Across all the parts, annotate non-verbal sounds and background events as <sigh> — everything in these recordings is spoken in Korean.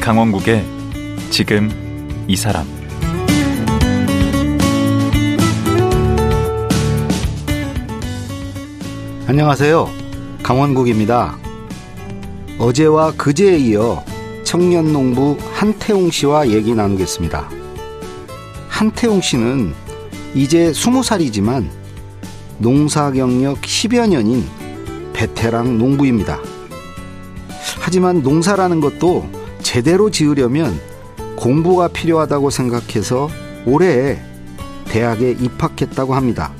강원국의 지금 이 사람 안녕하세요. 강원국입니다. 어제와 그제에 이어 청년 농부 한태웅 씨와 얘기 나누겠습니다. 한태웅 씨는 이제 20살이지만 농사 경력 10여 년인 베테랑 농부입니다. 하지만 농사라는 것도 제대로 지으려면 공부가 필요하다고 생각해서 올해 대학에 입학했다고 합니다.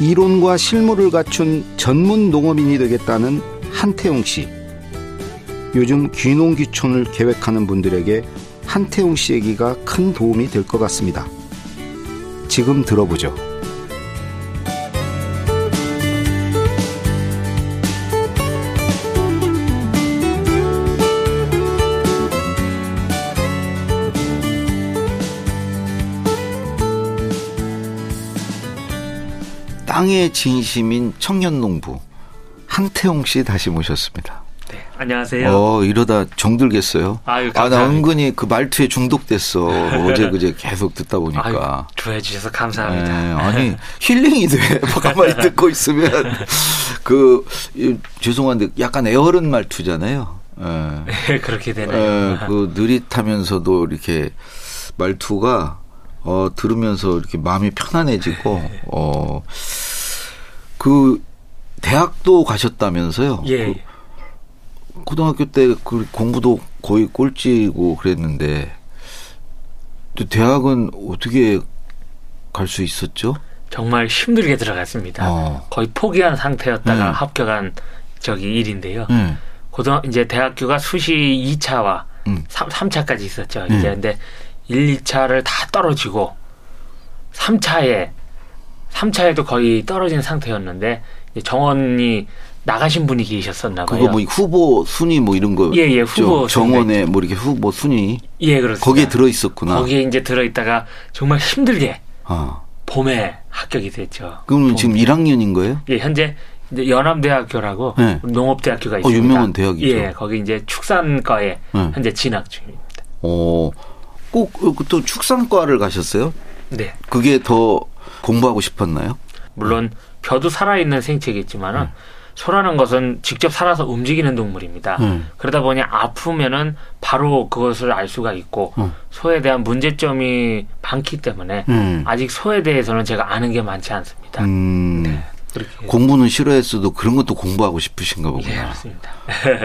이론과 실무를 갖춘 전문 농업인이 되겠다는 한태웅 씨. 요즘 귀농귀촌을 계획하는 분들에게 한태웅 씨 얘기가 큰 도움이 될 것 같습니다. 지금 들어보죠. 땅의 진심인 청년 농부 한태웅 씨 다시 모셨습니다. 네, 안녕하세요. 어 이러다 정들겠어요. 아유, 아, 나 감사합니다. 은근히 그 말투에 중독됐어. 뭐 <laughs> 어제 그제 계속 듣다 보니까. 아유, 좋아해 주셔서 네, 감사합니다. 아니 <laughs> 힐링이 돼. 가만히 듣고 있으면 그 이, 죄송한데 약간 애어른 말투잖아요. 예. 그렇게 <laughs> 되네요. 예, 그 느릿하면서도 이렇게 말투가 어 들으면서 이렇게 마음이 편안해지고 어, 어그 대학도 가셨다면서요? 예. 그 고등학교 때 그 공부도 거의 꼴찌고 그랬는데 또 대학은 어떻게 갈 수 있었죠? 정말 힘들게 들어갔습니다. 어. 거의 포기한 상태였다가 네. 합격한 저기 일인데요. 예. 고등 이제 대학교가 수시 2차와 음. 3, 차까지 있었죠. 네. 이제 근데 1, 2차를 다 떨어지고 3차에 3차에도 거의 떨어진 상태였는데 이제 정원이 나가신 분이 계셨었나 봐요. 그거 뭐 후보 순위 뭐 이런 거 예, 예, 있죠? 후보 순위. 정원에 뭐 이렇게 후보 순위 예, 그렇습니다. 거기에 들어 있었구나. 거기에 이제 들어 있다가 정말 힘들게 아. 봄에 합격이 됐죠. 그러면 봄. 지금 1학년인 거예요? 예, 현재 이제 연암대학교라고 네. 농업대학교가 있습니다. 유명한 대학이죠. 예, 거기 이제 축산과에 네. 현재 진학 중입니다. 어, 꼭 또 축산과를 가셨어요? 네, 그게 더 공부하고 싶었나요? 물론 벼도 살아있는 생체겠지만은 예. 소라는 것은 직접 살아서 움직이는 동물입니다. 네. 그러다 보니 아프면은 바로 그것을 알 수가 있고 음. 소에 대한 문제점이 많기 때문에 음. 아직 소에 대해서는 제가 아는 네. 게 많지 않습니다. 음, 그렇게 공부는 싫어했어도 그런 것도 공부하고 싶으신가 예, 보구나. 그렇습니다.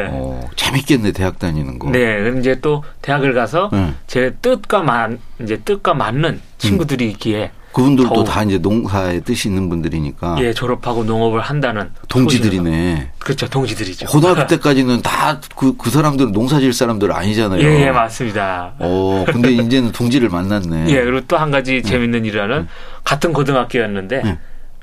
어, 재밌겠네 대학 다니는 거. 네, 그럼 이제 또 대학을 가서 네. 제 뜻과 만 이제 뜻과 맞는 친구들이 있기에 그분들도 더욱. 다 이제 농사에 뜻이 있는 분들이니까 예 졸업하고 농업을 한다는 소신으로. 음. 동지들이네. 그렇죠, 동지들이죠. 고등학교 때까지는 다 그 그 사람들은 농사질 사람들 아니잖아요. 예, 예, 맞습니다. 어, 근데 <laughs> 이제는 동지를 만났네. 네. 예, 그리고 또 한 가지 재밌는 일이라는 같은 고등학교였는데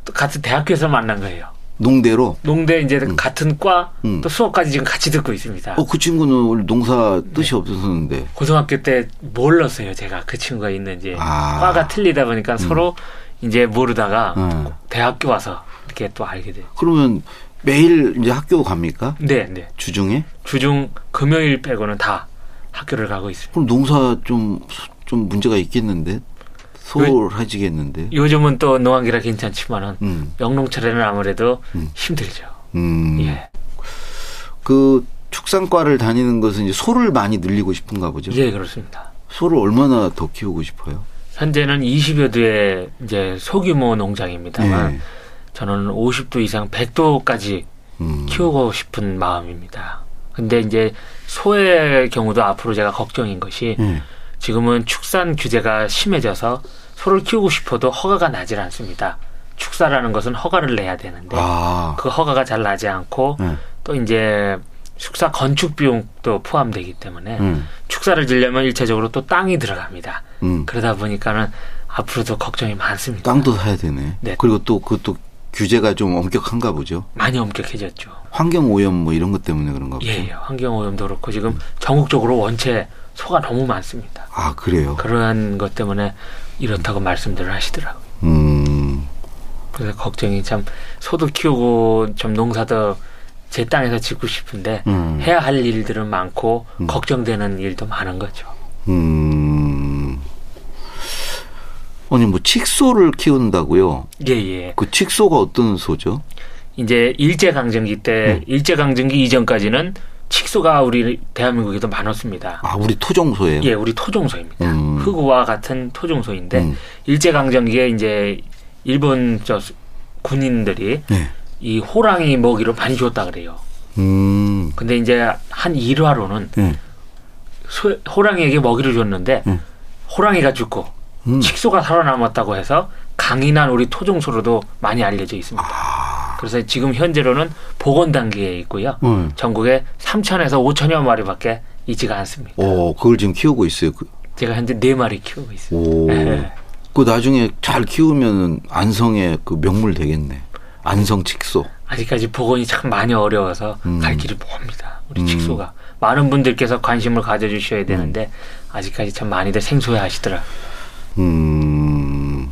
또 같은 대학교에서 만난 거예요. 농대로. 농대 이제 같은 과 음. 또 수업까지 지금 같이 듣고 있습니다. 어, 그 친구는 원래 농사 네. 뜻이 없었는데. 고등학교 때 몰랐어요, 제가 그 친구가 있는지 아. 과가 틀리다 보니까 서로 이제 모르다가 음. 대학교 와서 이렇게 또 알게 돼요. 그러면 매일 이제 학교 갑니까? 네, 네. 주중에? 주중 금요일 빼고는 다 학교를 가고 있습니다. 그럼 농사 좀, 좀 문제가 있겠는데? 소홀해지겠는데? 요즘은 또 농한기라 괜찮지만은 음, 영농철에는 아무래도 힘들죠. 음. 예, 그 축산과를 다니는 것은 이제 소를 많이 늘리고 싶은가 보죠? 예 그렇습니다. 소를 얼마나 더 키우고 싶어요? 현재는 20여 두의 이제 소규모 농장입니다만 예. 저는 50두 이상 100도까지 음. 키우고 싶은 마음입니다. 근데 이제 소의 경우도 앞으로 제가 걱정인 것이 예. 지금은 축산 규제가 심해져서 소를 키우고 싶어도 허가가 나질 않습니다. 축사라는 것은 허가를 내야 되는데 아, 그 허가가 잘 나지 않고 예. 또 이제 축사 건축 비용도 포함되기 때문에 음. 축사를 지려면 일차적으로 또 땅이 들어갑니다. 음. 그러다 보니까는 앞으로도 걱정이 많습니다. 땅도 사야 되네. 네. 그리고 또 그것도 규제가 좀 엄격한가 보죠? 많이 엄격해졌죠. 환경 오염 뭐 이런 것 때문에 그런가 보죠? 예, 예. 환경 오염도 그렇고 지금 전국적으로 원체 소가 너무 많습니다. 아, 그래요? 그러한 것 때문에 이렇다고 말씀들을 하시더라고요. 음. 그래서 걱정이 참 소도 키우고 좀 농사도 제 땅에서 짓고 싶은데 음. 해야 할 일들은 많고 음. 걱정되는 일도 많은 거죠. 음. 아니 뭐 칙소를 키운다고요? 예, 예. 그 칙소가 어떤 소죠? 이제 일제 강점기 음. 때 일제 강점기 이전까지는 칙소가 우리 대한민국에도 많았습니다. 아 우리 토종소예요. 예, 그 우리 토종소입니다. 음. 흑우와 같은 토종소인데 음. 일제 강점기에 이제 일본 저 수- 군인들이 네. 이 호랑이 먹이로 많이 줬다 그래요. 음. 근데 이제 한 일화로는 네. 소- 호랑이에게 먹이를 줬는데 음. 호랑이가 죽고 음. 칙소가 살아남았다고 해서 강인한 우리 토종소로도 많이 알려져 있습니다. 그래서 지금 현재로는 복원 단계에 있고요. 아. 음. 전국에 3천에서 5천여 마리밖에 있지가 않습니다. 어 그걸 지금 키우고 있어요. 그, 제가 현재 네 마리 키우고 있습니다. 오. 네. 그 나중에 잘 키우면 안성의 그 명물 되겠네. 안성 칙소. 아직까지 복원이 참 많이 어려워서 음. 갈 길이 멉니다. 우리 음. 칙소가 많은 분들께서 관심을 가져주셔야 되는데 아직까지 참 많이들 생소해하시더라. 음.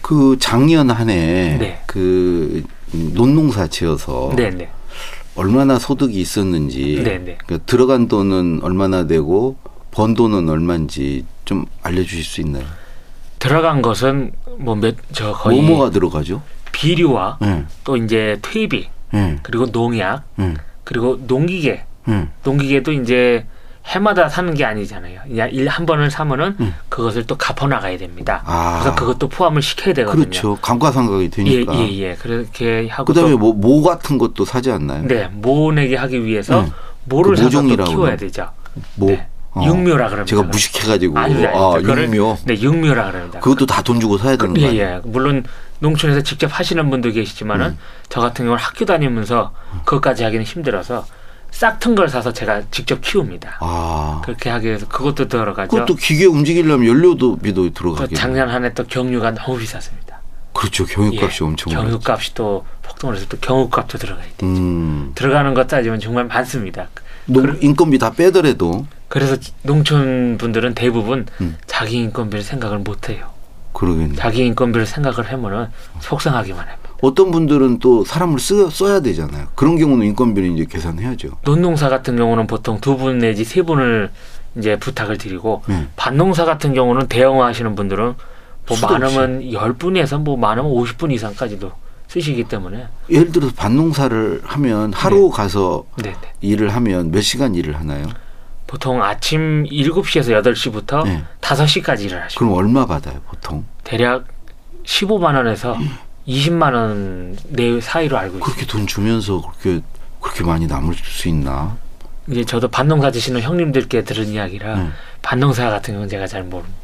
그 작년 한해 네. 그 논농사 지어서 네네. 얼마나 소득이 있었는지 네, 네. 그 들어간 돈은 얼마나 되고 번 돈은 얼마인지 좀 알려주실 수 있나요? 들어간 것은 뭐 몇 저 거의 뭐뭐가 들어가죠? 비료와 예, 또 이제 퇴비 예, 그리고 농약 예, 그리고 농기계 예. 농기계도 이제 해마다 사는 게 아니잖아요. 일한 번을 사면은 그것을 또 갚아 나가야 됩니다. 음. 아. 그래서 그것도 포함을 시켜야 되거든요. 그렇죠. 감가상각이 예예예 되니까. 그렇게 하고 그다음에 또- 뭐 모 같은 것도 사지 않나요? 네 모내게 하기 위해서 음. 모를 그 사서 또 모종이라고 그러나? 키워야 되죠. 모. 네. 어. 육묘라 그럽니다. 제가 무식해가지고 아니, 아니, 아, 그거를- 육묘. 네 육묘라 그럽니다. 그것도 다 돈 주고 사야 되는 예, 거아니에 예. 물론 농촌에서 직접 하시는 분도 계시지만은 음. 저 같은 경우는 학교 다니면서 그것까지 하기는 힘들어서 싹튼 걸 사서 제가 직접 키웁니다. 아, 그렇게 하기 위해서 그것도 들어가죠. 그것도 기계 움직이려면 연료비도 또 들어가겠네. 작년 한 해 또 경유가 너무 비쌌습니다. 그렇죠. 경유값이 예. 엄청. 올랐죠. 경유값이 또 폭등을 해서 또 경유값도 들어가야 돼. 음, 들어가는 것 따지면 정말 많습니다. 농- 그러- 인건비 다 빼더라도 그래서 농촌 분들은 대부분 음. 자기 인건비를 생각을 못 해요. 그러겠네. 자기 인건비를 생각을 하면은 속상하기만 해요. 어떤 분들은 또 사람을 쓰, 써야 되잖아요. 그런 경우는 인건비를 이제 계산해야죠. 논농사 같은 경우는 보통 두 분 내지 세 분을 이제 부탁을 드리고 네. 밭농사 같은 경우는 대형화 하시는 분들은 뭐 수도 없이. 많으면 열분에서뭐 많으면 50분 이상까지도 쓰시기 때문에 예를 들어서 밭농사를 하면 하루 가서 네, 네. 일을 하면 몇 시간 일을 하나요? 보통 아침 7시에서 8시부터 네. 그 5시까지 일을 하시고 그럼 얼마 받아요, 보통? 대략 15만 원에서 20만 원 내 사이로 알고 있어요. 그렇게 돈 주면서 그렇게 그렇게 많이 남을 수 있나? 이제 저도 밭농사 드시는 형님들께 들은 이야기라 네. 밭농사 같은 경우는 제가 잘 모릅니다.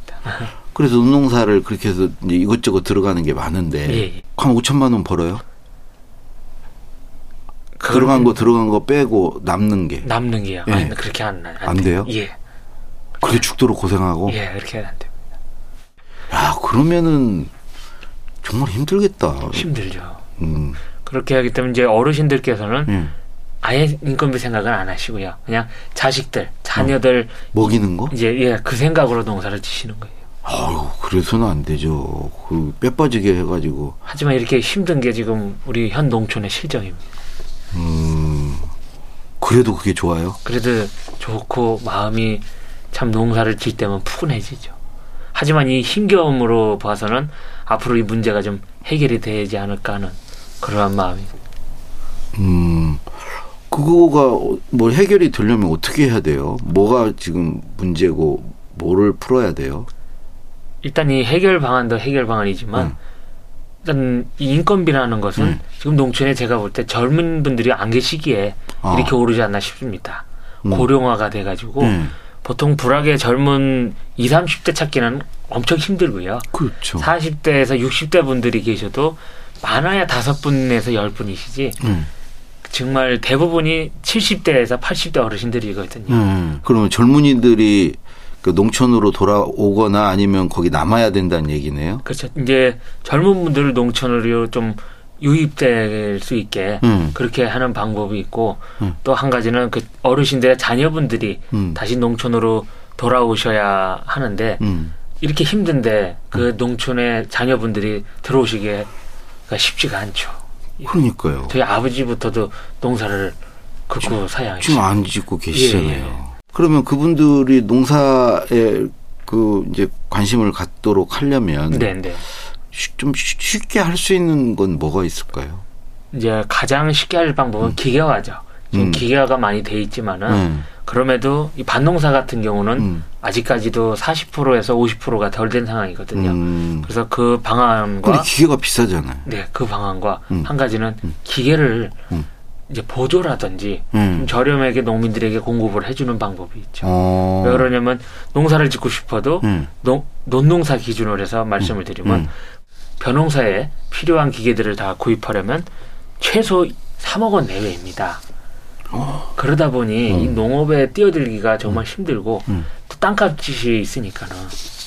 그래서 운농사를 그렇게 해서 이제 이것저것 들어가는 게 많은데 예, 예. 한 5천만 원 벌어요? 그건 들어간 거 들어간 거 빼고 남는 게 남는 게요. 예. 아니, 그렇게 안, 안, 안 돼요? 예. 그렇게 죽도록 고생하고 예, 그렇게 안 돼요. 야 그러면은 정말 힘들겠다. 힘들죠. 음, 그렇게 하기 때문에 이제 어르신들께서는 예. 아예 인건비 생각은 안 하시고요. 그냥 자식들, 자녀들 먹이는 거? 이제 예, 그 생각으로 농사를 지시는 거예요. 아유, 그래서는 안 되죠. 그 빼빠지게 해가지고 하지만 이렇게 힘든 게 지금 우리 현 농촌의 실정입니다. 음. 그래도 그게 좋아요. 그래도 좋고 마음이 참 농사를 질 때면 푸근해지죠. 하지만 이 힘겨움으로 봐서는 앞으로 이 문제가 좀 해결이 되지 않을까 하는 그러한 마음이 음, 그거가 어- 뭐 해결이 되려면 어떻게 해야 돼요? 뭐가 지금 문제고 뭐를 풀어야 돼요? 일단 이 해결 방안도 해결 방안이지만 음. 일단 이 인건비라는 것은 지금 농촌에 제가 볼 때 젊은 분들이 안 계시기에 아. 이렇게 오르지 않나 싶습니다. 음. 고령화가 돼가지고 네. 보통 불악의 젊은 20, 30대 찾기는 엄청 힘들고요. 그렇죠. 40대에서 60대 분들이 계셔도 많아야 다섯 분에서 열 분이시지 음. 정말 대부분이 70대에서 80대 어르신들이거든요. 음. 그러면 젊은이들이 그 농촌으로 돌아오거나 아니면 거기 남아야 된다는 얘기네요. 그렇죠. 이제 젊은 분들을 농촌으로 좀 유입될 수 있게 음. 그렇게 하는 방법이 있고 또 한 가지는 그 어르신들의 자녀분들이 음. 다시 농촌으로 돌아오셔야 하는데 음. 이렇게 힘든데 그 농촌의 자녀분들이 들어오시기가 쉽지가 않죠. 그러니까요. 저희 아버지부터도 농사를 극구 지금 사양했어요. 안 짓고 계시잖아요. 예, 예. 그러면 그분들이 농사에 그 이제 관심을 갖도록 하려면 네, 네. 쉬- 좀 쉬- 쉽게 할 수 있는 건 뭐가 있을까요? 이제 가장 쉽게 할 방법은 기계화죠. 지금 음. 네. 기계화가 많이 돼 있지만은 예. 그럼에도 이 반농사 같은 경우는 음. 아직까지도 40%에서 50%가 덜 된 상황이거든요. 음. 그래서 그 근데 방안과 기계가 비싸잖아요. 네, 그 방안과 음. 한 가지는 기계를 음. 이제 보조라든지 음. 좀 저렴하게 농민들에게 공급을 해주는 방법이 있죠. 어. 왜 그러냐면 농사를 짓고 싶어도 음. 농, 논농사 기준으로 해서 말씀을 드리면 음. 벼농사에 필요한 기계들을 다 구입하려면 최소 3억 원 내외입니다. 어. 그러다 보니 이 농업에 뛰어들기가 음. 정말 힘들고 또 땅값이 있으니까는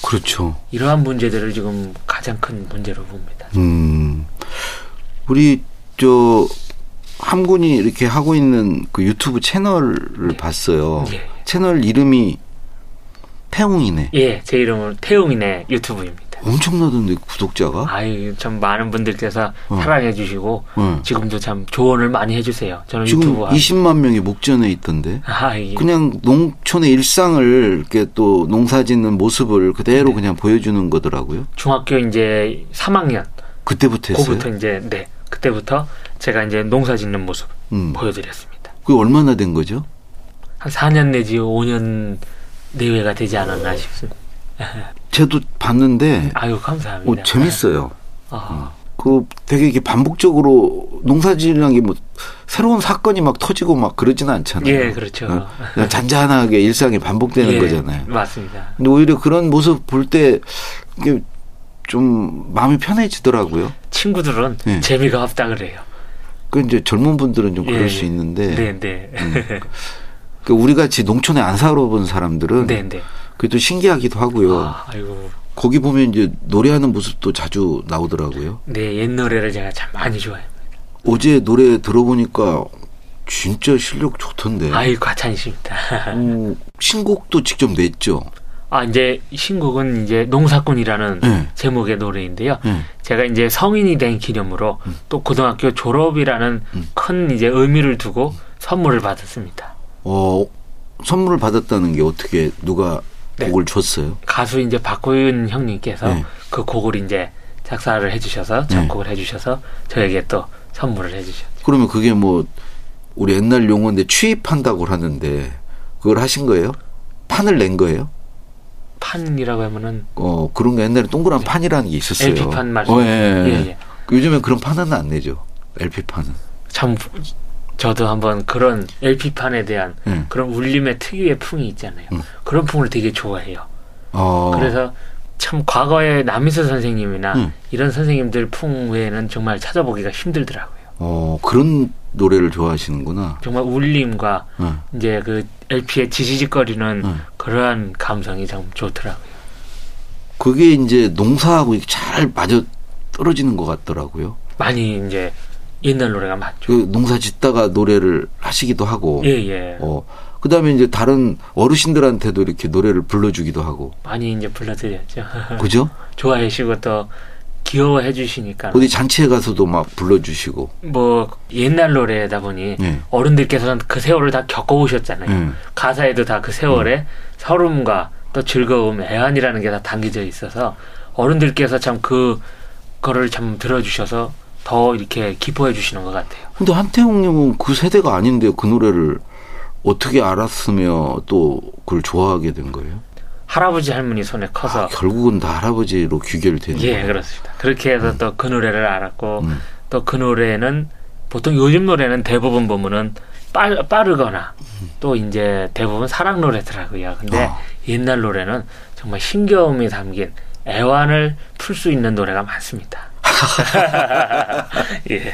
그렇죠. 이러한 문제들을 지금 가장 큰 문제로 봅니다. 음. 우리 저 함군이 이렇게 하고 있는 그 유튜브 채널을 봤어요. 예. 채널 이름이 태웅이네. 예, 제 이름은 태웅이네 유튜브입니다. 엄청나던데 구독자가? 아유, 참 많은 분들께서 어. 사랑해 주시고 네. 지금도 참 조언을 많이 해주세요. 아, 저는 지금 유튜브 하고. 20만 명이 목전에 있던데. 아, 예. 그냥 농촌의 일상을 이렇게 또 농사짓는 모습을 그대로 네. 그냥 보여주는 거더라고요. 중학교 이제 3학년 그때부터 했어요. 그부터 이제 네 그때부터 제가 이제 농사 짓는 모습 음. 보여드렸습니다. 그게 얼마나 된 거죠? 한 4년 내지 5년 내외가 되지 않았나 싶습니다. 저도 봤는데 아유 네. 어, 감사합니다. 재밌어요. 아, 그 되게 이게 반복적으로 농사지으는 게 뭐 새로운 사건이 막 터지고 막 그러진 않잖아요. 예, 그렇죠. 어, 그냥 잔잔하게 일상이 반복되는 예, 거잖아요. 맞습니다. 근데 오히려 그런 모습 볼 때 이게 좀 마음이 편해지더라고요. 친구들은 예. 재미가 없다 그래요. 그 이제 젊은 분들은 좀 그럴 예, 수 예. 있는데 네, 네, 그 우리 같이 농촌에 안 살아본 사람들은 <laughs> 네, 네. 그게 또 신기하기도 하고요. 아, 아이고, 거기 보면 이제 노래하는 모습도 자주 나오더라고요. 네 옛 노래를 제가 참 많이 좋아해요. 어제 노래 들어보니까 진짜 실력 좋던데. 아이 과찬이십니다. <laughs> 음, 신곡도 직접 냈죠. 아 이제 신곡은 이제 농사꾼이라는 예. 제목의 노래인데요. 예. 음. 제가 이제 성인이 된 기념으로 또 고등학교 졸업이라는 큰 이제 의미를 두고 선물을 받았습니다. 어, 선물을 받았다는 게 어떻게 누가 네. 곡을 줬어요? 가수 이제 박구윤 형님께서 네. 그 곡을 이제 작사를 해주셔서 예. 작곡을 해주셔서 저에게 또 선물을 해주셨죠. 그러면 그게 뭐 우리 옛날 용어인데 취입한다고 하는데 그걸 하신 거예요? 판을 낸 거예요? 판이라고 하면은 어 그런 게 옛날에 동그란 판이라는 게 있었어요. LP 판 말씀. 어, 예, 예. 예, 예. 요즘엔 그런 판은 안 내죠. LP 판은. 참 저도 한번 그런 LP 판에 대한 음. 그런 울림의 특유의 풍이 있잖아요. 그런 풍을 되게 좋아해요. 어, 그래서 참 과거에 남희서 선생님이나 음. 이런 선생님들 풍 외에는 정말 찾아보기가 힘들더라고요. 어 그런 노래를 좋아하시는구나. 어, 정말 울림과 응. 이제 그 LP의 지지직거리는 음. 그러한 감성이 참 좋더라고요. 그게 이제 농사하고 이렇게 잘 맞아 떨어지는 것 같더라고요. 많이 이제 옛날 노래가 그 많죠. 농사 짓다가 노래를 하시기도 하고, 예예. 어, 그 다음에 이제 다른 어르신들한테도 이렇게 노래를 불러주기도 하고, 많이 이제 불러드렸죠. <laughs> 그죠? 좋아해 주시고 또 귀여워해 주시니까 어디 잔치에 가서도 막 불러주시고, 뭐 옛날 노래다 보니 예. 어른들께서는 그 세월을 다 겪어오셨잖아요. 예. 가사에도 다 그 세월에 서름과 또 즐거움, 애환이라는 게 다 담겨져 있어서 어른들께서 참 그 거를 참 들어주셔서 더 이렇게 기뻐해 주시는 것 같아요. 근데 한태웅님은 그 세대가 아닌데 그 노래를 어떻게 알았으며 또 그걸 좋아하게 된 거예요? 할아버지 할머니 손에 커서 아, 결국은 다 할아버지로 귀결되는 예 거예요. 그렇습니다. 그렇게 해서 또 그 노래를 알았고 음. 또 그 노래는 보통 요즘 노래는 대부분 보면은 빨, 빠르거나 또 이제 대부분 사랑 노래더라고요. 근데 음. 아. 옛날 노래는 정말 힘겨움이 담긴 애환을 풀 수 있는 노래가 많습니다. <laughs> <laughs> 예,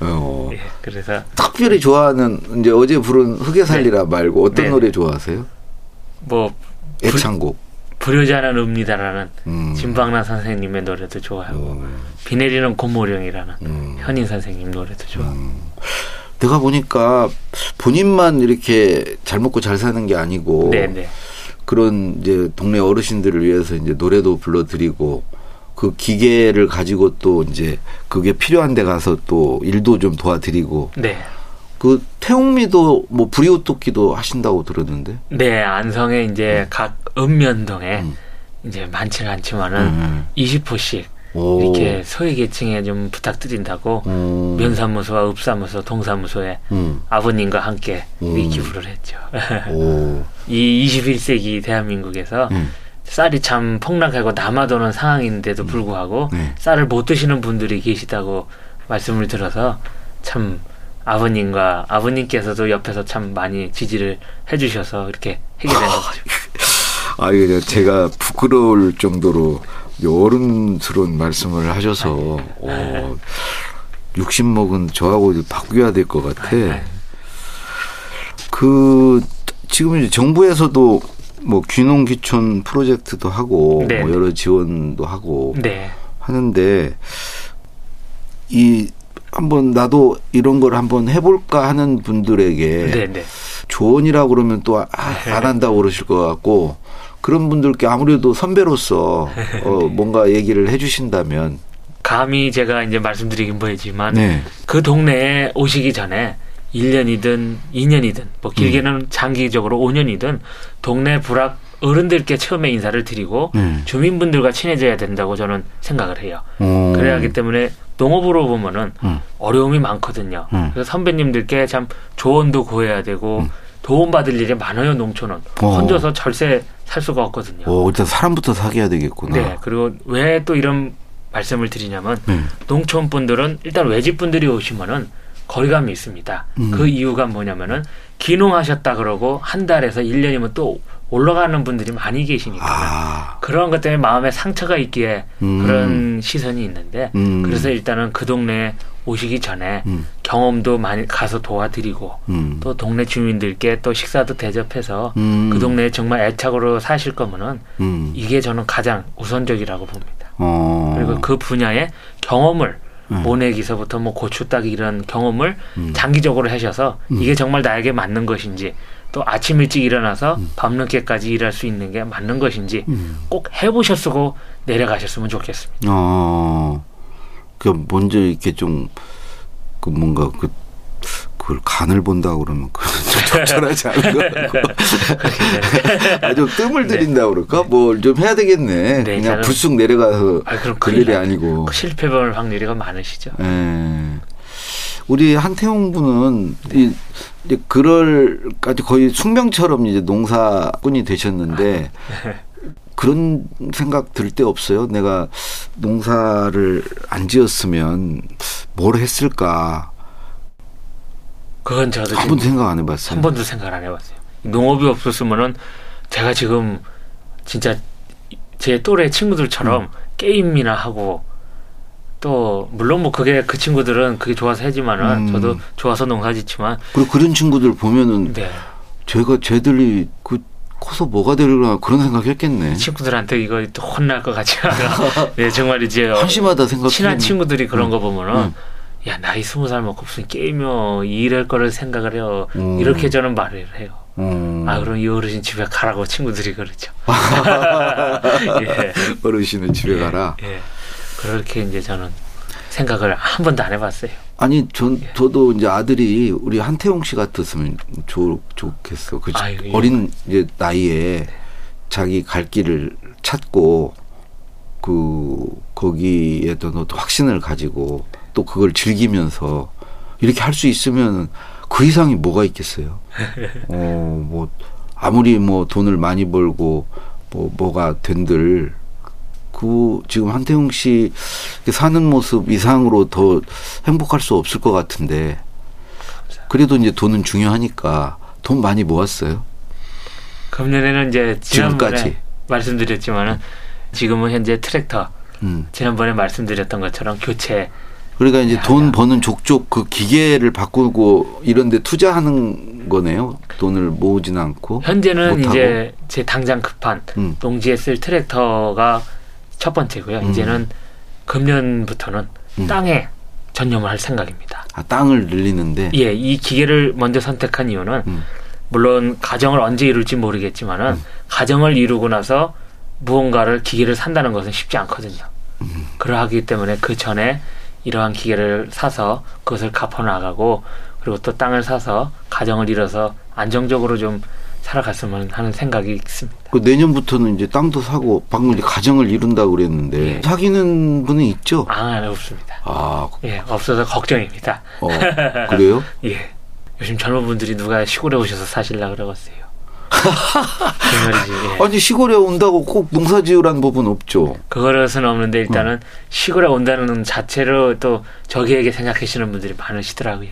어, 예, 그래서 특별히 좋아하는 이제 어제 부른 흑에 살리라 말고 어떤 네. 노래 좋아하세요? 뭐 애창곡. 불효자는 읍니다라는 음. 어, 네. 진방나 선생님의 노래도 좋아하고 비 내리는 곰모령이라는 음. 현인 선생님 노래도 좋아하고 내가 보니까 본인만 이렇게 잘 먹고 잘 사는 게 아니고 네네 그런 이제 동네 어르신들을 위해서 이제 노래도 불러드리고 그 기계를 가지고 또 이제 그게 필요한 데 가서 또 일도 좀 도와드리고 네. 그 태웅미도 뭐 부리호토끼도 하신다고 들었는데 네, 안성에 이제 음. 각 읍면동에 이제 많지는 않지만은 음. 20호씩 오. 이렇게 소외계층에 좀 부탁드린다고 음. 면사무소와 읍사무소, 동사무소에 음. 아버님과 함께 음. 이 기부를 했죠. <laughs> 오. 이 21세기 대한민국에서 음. 쌀이 참 폭락하고 남아도는 상황인데도 불구하고 네. 쌀을 못 드시는 분들이 계시다고 말씀을 들어서 참 아버님과 아버님께서도 옆에서 참 많이 지지를 해주셔서 이렇게 해결된 거죠. 아, 이게 제가 부끄러울 정도로 여름스러운 말씀을 하셔서 아, 예. 어, 60 먹은 저하고 이제 바뀌어야 될 것 같아. 예. 그 지금 이제 정부에서도 뭐 귀농귀촌 프로젝트도 하고 네. 뭐 여러 지원도 하고 네, 하는데 이 한번 나도 이런 걸 한번 해볼까 하는 분들에게 네, 네. 조언이라고 그러면 또 아, 안 한다고 그러실 것 같고 그런 분들께 아무래도 선배로서 네. 어, 뭔가 얘기를 해주신다면 감히 제가 이제 말씀드리긴 뭐지만 네. 그 동네에 오시기 전에 1년이든 2년이든 뭐 길게는 음. 장기적으로 5년이든 동네 불악 어른들께 처음에 인사를 드리고 음. 주민분들과 친해져야 된다고 저는 생각을 해요. 음. 네. 그래야 하기 때문에 농업으로 보면은 음. 어려움이 많거든요. 음. 그래서 선배님들께 참 조언도 구해야 되고 도움받을 일이 많아요. 농촌은 어. 혼자서 절세 살 수가 없거든요. 어, 일단 사람부터 사귀어야 되겠구나. 네. 그리고 왜 또 이런 말씀을 드리냐면 아. 네. 농촌 분들은 일단 외집 분들이 오시면은 거리감이 있습니다. 음. 그 이유가 뭐냐면은 귀농하셨다 그러고 한 달에서 일년이면또 올라가는 분들이 많이 계시니까 아, 그런 것 때문에 마음에 상처가 있기에 음. 그런 시선이 있는데 음. 그래서 일단은 그 동네에 오시기 전에 음. 경험도 많이 가서 도와드리고 음. 또 동네 주민들께 또 식사도 대접해서 음. 그 동네에 정말 애착으로 사실 거면은 음. 이게 저는 가장 우선적이라고 봅니다. 어. 그리고 그 분야의 경험을 모내기서부터 뭐 고추 따기 이런 경험을 장기적으로 하셔서 이게 정말 나에게 맞는 것인지 또 아침 일찍 일어나서 밤늦게까지 일할 수 있는 게 맞는 것인지 꼭 해보셨고 내려가셨으면 좋겠습니다. 어, 그 먼저 이렇게 좀, 그 뭔가 그, 그걸 간을 본다 그러면 그건 <laughs> 좀 적절하지 않은 것 <laughs> 같고. 아, 좀 뜸을 들인다 그럴까? 뭘 좀 해야 되겠네. 네, 그냥 저는- 불쑥 내려가서 아, 그럼 그 큰일 일이 나죠. 아니고. 그 실패볼 확률이 많으시죠. 예. 우리 한태웅 군은 이, 이제 그럴까지 거의 숙명처럼 이제 농사꾼이 <laughs> 되셨는데 그런 생각 들 때 없어요. 내가 농사를 안 지었으면 뭘 했을까? 그건 저도 한 지금 번도 생각 안 해봤어요. 한 번도 생각을 안 해봤어요. 농업이 없었으면은 제가 지금 진짜 제 또래 친구들처럼 음. 게임이나 하고 또 물론 뭐 그게 그 친구들은 그게 좋아서 하지만은 음. 저도 좋아서 농사짓지만 그리고 그런 친구들 보면은 네 제가 쟤들이 그 커서 뭐가 되려나 그런 생각했겠네. 친구들한테 이거 또 혼날 것 같지 <laughs> 않아. 네 정말 이제 어, 한심하다 생각. 친한 친구들이 그런 거 보면은 음. 야 나이 스무 살 먹고 무슨 게임이요 이럴 거를 생각을 해요. 음. 이렇게 저는 말을 해요. 음. 아 그럼 이 어르신 집에 가라고 친구들이 <laughs> 그러죠. <laughs> 예. 어르신은 집에 가라. 예. 그렇게 이제 저는 생각을 한 번도 안 해봤어요. 아니 전 예. 저도 이제 아들이 우리 한태용 씨 같았으면 좋, 좋겠어. 그 아유, 예. 네. 어린 이제 나이에 자기 갈 길을 찾고 그 거기에 또 확신을 가지고 또 그걸 즐기면서 이렇게 할 수 있으면 그 이상이 뭐가 있겠어요. 어 뭐 아무리 뭐 돈을 많이 벌고 뭐 뭐가 된들 그 지금 한태웅 씨 사는 모습 이상으로 더 행복할 수 없을 것 같은데 그래도 이제 돈은 중요하니까 돈 많이 모았어요. 금년에는 이제 지난번에 지금까지. 말씀드렸지만은 지금은 현재 트랙터 음. 지난번에 말씀드렸던 것처럼 교체 그러니까 이제 돈 버는 족족 그 기계를 바꾸고 이런데 투자하는 거네요. 돈을 모으진 않고 현재는 못하고. 이제 제 당장 급한 음. 농지에 쓸 트랙터가 첫 번째고요. 이제는 금년부터는 음. 땅에 전념을 할 생각입니다. 아, 땅을 늘리는데 예, 이 기계를 먼저 선택한 이유는 음. 물론 가정을 언제 이룰지 모르겠지만은 가정을 이루고 나서 무언가를 기계를 산다는 것은 쉽지 않거든요. 그러하기 때문에 그 전에 이러한 기계를 사서 그것을 갚아 나가고 그리고 또 땅을 사서 가정을 이뤄서 안정적으로 좀 살아갔으면 하는 생각이 있습니다. 그 내년부터는 이제 땅도 사고 방금 이제 가정을 이룬다고 그랬는데 예. 사귀는 분은 있죠? 안 네, 없습니다. 아, 그- 예, 없어서 걱정입니다. 어, <laughs> 그래요? 예. 요즘 젊은 분들이 누가 시골에 오셔서 사실라 그러겠어요. 그 말이지. 예. 아니 시골에 온다고 꼭 농사 지으란 법은 없죠. 그거로서는 없는데 일단은 어. 시골에 온다는 자체로 또 저기에게 생각하시는 분들이 많으시더라고요.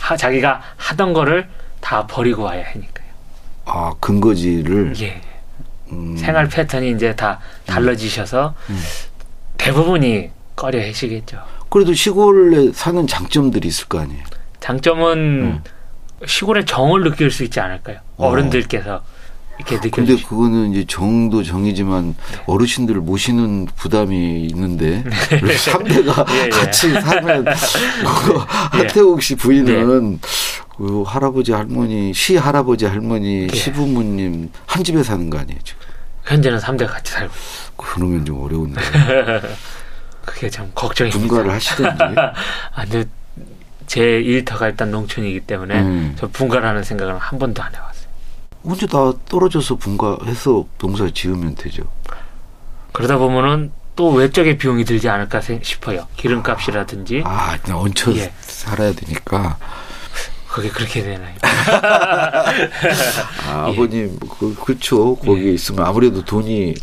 하, 자기가 하던 거를 다 버리고 와야 하니까요. 아 근거지를 예. 음, 생활 패턴이 이제 다 달라지셔서 대부분이 꺼려 하시겠죠. 그래도 시골에 사는 장점들이 있을 거 아니에요. 장점은 시골의 정을 느낄 수 있지 않을까요? 음. 어. 어른들께서 이렇게 근데 느껴주시 그거는 이제 정도 정이지만 어르신들을 모시는 부담이 있는데 <laughs> 삼대가 예, 예. 같이 <laughs> 사는 그 하태욱 씨 네. 부인은 그 할아버지 할머니 시 할아버지 할머니 예. 시부모님 한 집에 사는 거 아니에요 지금? 현재는 삼대 같이 살고 그러면 좀 <laughs> 어려운데 그게 참 걱정입니다. 분가를 하시던지 아, 근데 제 일터가 일단 농촌이기 때문에 음. 저 분갈하는 생각을 한 번도 안 해봤어요. 혼자 다 떨어져서 분가해서 농사 지으면 되죠. 그러다 보면은 또 외적의 비용이 들지 않을까 생- 싶어요. 기름값이라든지 아 그냥 얹혀 예. 살아야 되니까 그게 그렇게 되나요? 예. 아, 버님 그, 그렇죠 거기 있으면 아무래도 돈이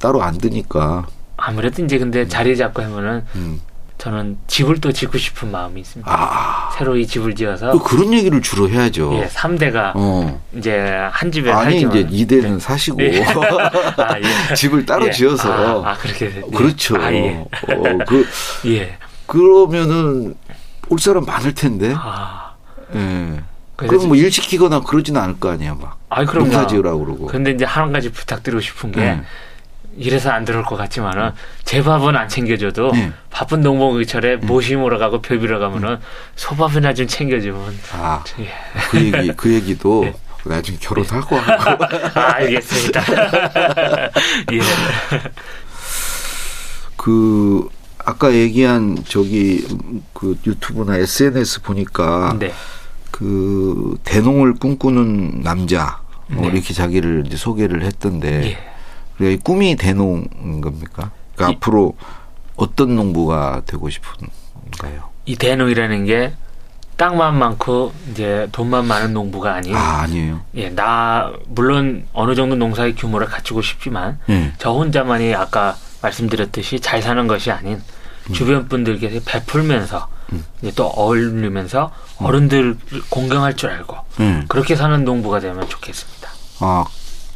따로 안 드니까 아무래도 이제 근데 자리 잡고 하면은 음. 저는 집을 또 짓고 싶은 마음이 있습니다. 아 새로 이 집을 지어서 또 그런 얘기를 주로 해야죠. 예, 네, 3대가 어. 이제 한 집에 아니 살지만 이제 이대는 사시고 예. <laughs> 아, <laughs> 예. 집을 <laughs> 따로 예. 지어서 아, 아, 그렇게 됐- 예. 그렇죠. 아, 예. 어, 그 예. 그러면은 올 사람 많을 텐데. 아, 예. 그래서 그럼 뭐 일 시키거나 그러진 않을 거 아니야 막. 아이, 그럼요. 농사 지으라고 그러고. 근데 이제 한 가지 부탁드리고 싶은 게 예. 이래서 안 들어올 것 같지만은 제 밥은 안 챙겨줘도 예. 바쁜 농목의철에 모시모러 가고 벼비러 가면은 소밥이나 좀 챙겨주면 아, 예. 그 얘기 그 <laughs> 얘기도 네. 나중에 결혼하고 하고. 아, 알겠습니다. <laughs> 예. 그 아까 얘기한 저기 음, 그 유튜브나 SNS 보니까 네. 그 대농을 꿈꾸는 남자 뭐 이렇게 자기를 이제 소개를 했던데 네. 예. 그래, 이 꿈이 대농인 겁니까? 그러니까 이- 앞으로 어떤 농부가 되고 싶은가요? 이 대농이라는 게 땅만 많고 이제 돈만 많은 농부가 아닌 아 아니에요. 예, 나 물론 어느 정도 농사의 규모를 갖추고 싶지만 예. 저 혼자만이 아까 말씀드렸듯이 잘 사는 것이 아닌 음. 주변 분들께 베풀면서 이제 또 어울리면서 어른들 공경할 줄 알고 예. 그렇게 사는 농부가 되면 좋겠습니다. 아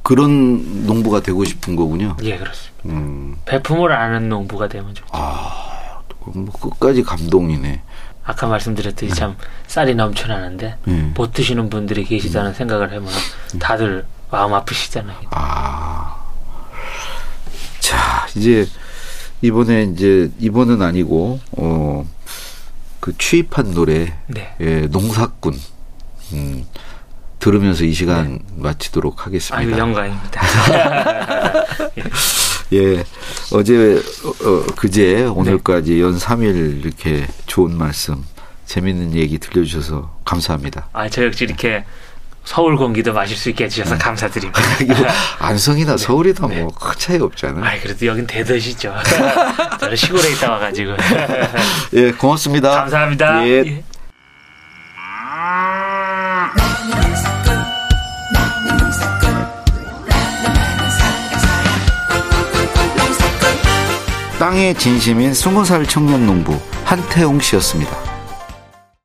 그런 농부가 되고 싶은 거군요. 예, 그렇습니다. 음. 배품을 아는 농부가 되면 좋죠. 아 뭐, 끝까지 감동이네. 아까 말씀드렸듯이 참 쌀이 넘쳐나는데 음. 예. 음. 못 드시는 분들이 계시다는 생각을 해보면 다들 마음 아프시잖아요. 아. 자, 이제 이번에 이제 이번은 아니고 어 그 취입한 노래 네. 예, 농사꾼 음, 들으면서 이 시간 마치도록 하겠습니다. 네. 아유 영광입니다. 예. 어제 어, 어, 그제 오늘까지 네. 연 3일 이렇게 좋은 말씀 재밌는 얘기 들려주셔서 감사합니다. <laughs> 아, 저 역시 이렇게 서울 공기도 마실 수 있게 해주셔서 감사드립니다. 이거 안성이나 서울이나 뭐 큰 차이 없잖아요. 네. 아, 그래도 여긴 대도시죠. <laughs> 저는 시골에 있다 와가지고. 예, 고맙습니다. 감사합니다. 예. 예. 땅의 진심인 20살 청년 농부 한태웅 씨였습니다.